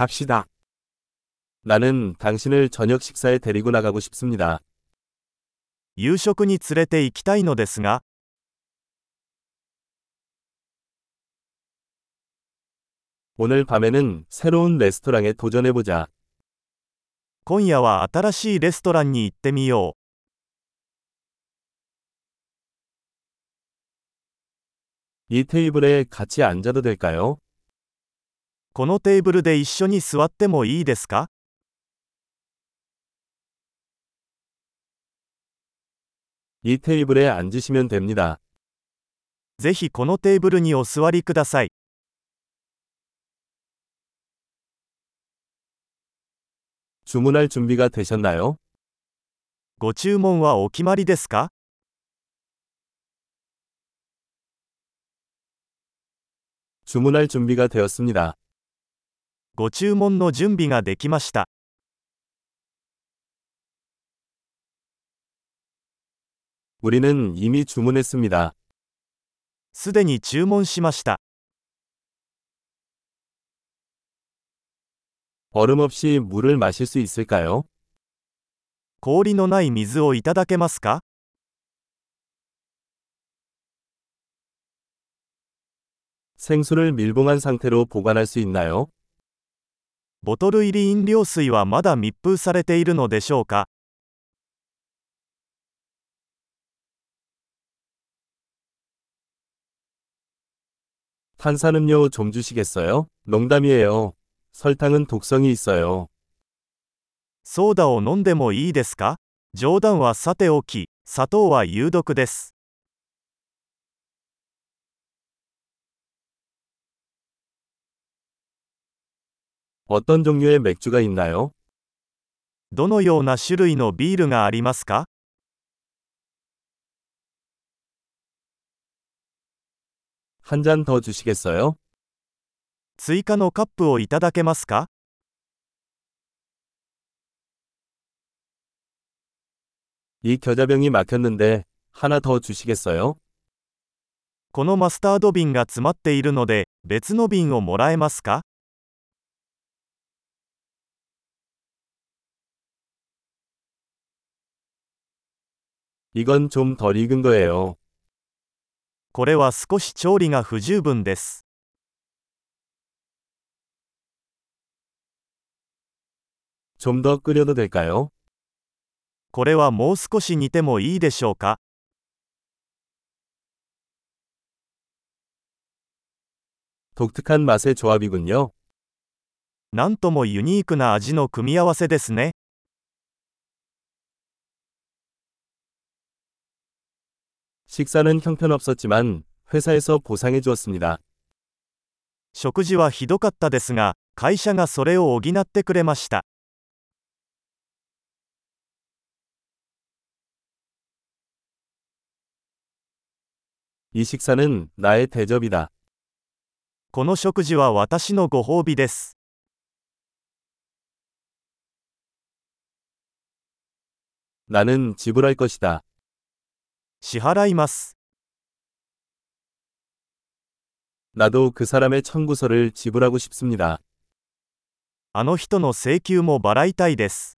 갑시다. 나는 당신을 저녁 식사에 데리고 나가고 싶습니다. 夕食に連れて行きたいのですが、 오늘 밤에는 새로운 레스토랑에 도전해보자. 今夜は新しいレストランに行ってみよ 이 테이블에 같이 앉아도 될까요? う。このテーブルで一緒に座ってもいいですか 이 테이블에 앉으시면 됩니다. ぜひこのテーブルにお座りください。 주문할 준비가 되셨나요? ご注文はお決まりですか 주문할 준비가 되었습니다. ご注文の準備ができました。 우리는 이미 주문했습니다. すでに注文しました。 얼음 없이 물을 마실 수 있을까요? 氷のない水をいただけますか 생수를 밀봉한 상태로 보관할 수 있나요? ボトル入り飲料水はまだ密封されているのでしょうか 탄산음료 좀 주시겠어요? 농담이에요. 설탕은 독성이 있어요. ソーダを飲んでもいいですか冗談はさておき、砂糖は有毒です。 어떤 종류의 맥주가 있나요? どのような種類のビールがありますか 한 잔 더 주시겠어요? 追加のカップをいただけますか 이 겨자병이 막혔는데 하나 더 주시겠어요? このマスタード瓶が詰まっているので、別の瓶をもらえますか 이건 좀 덜 익은 거예요. これは少し調理が不十分です。 좀 더 끓여도 될까요? これはもう少し煮てもいいでしょうか 독특한 맛의 조합이군요. なんともユニークな味の組み合わせですね。 식사는 형편없었지만 회사에서 보상해 주었습니다. 食事はひどかったですが、会社がそれを補ってくれました。 이 식사는 나의 대접이다. この食事は私のご褒美です。 나는 지불할 것이다. 支払います。 나도 그 사람의 청구서를 지불하고 싶습니다. あの人の請求も払いたいです。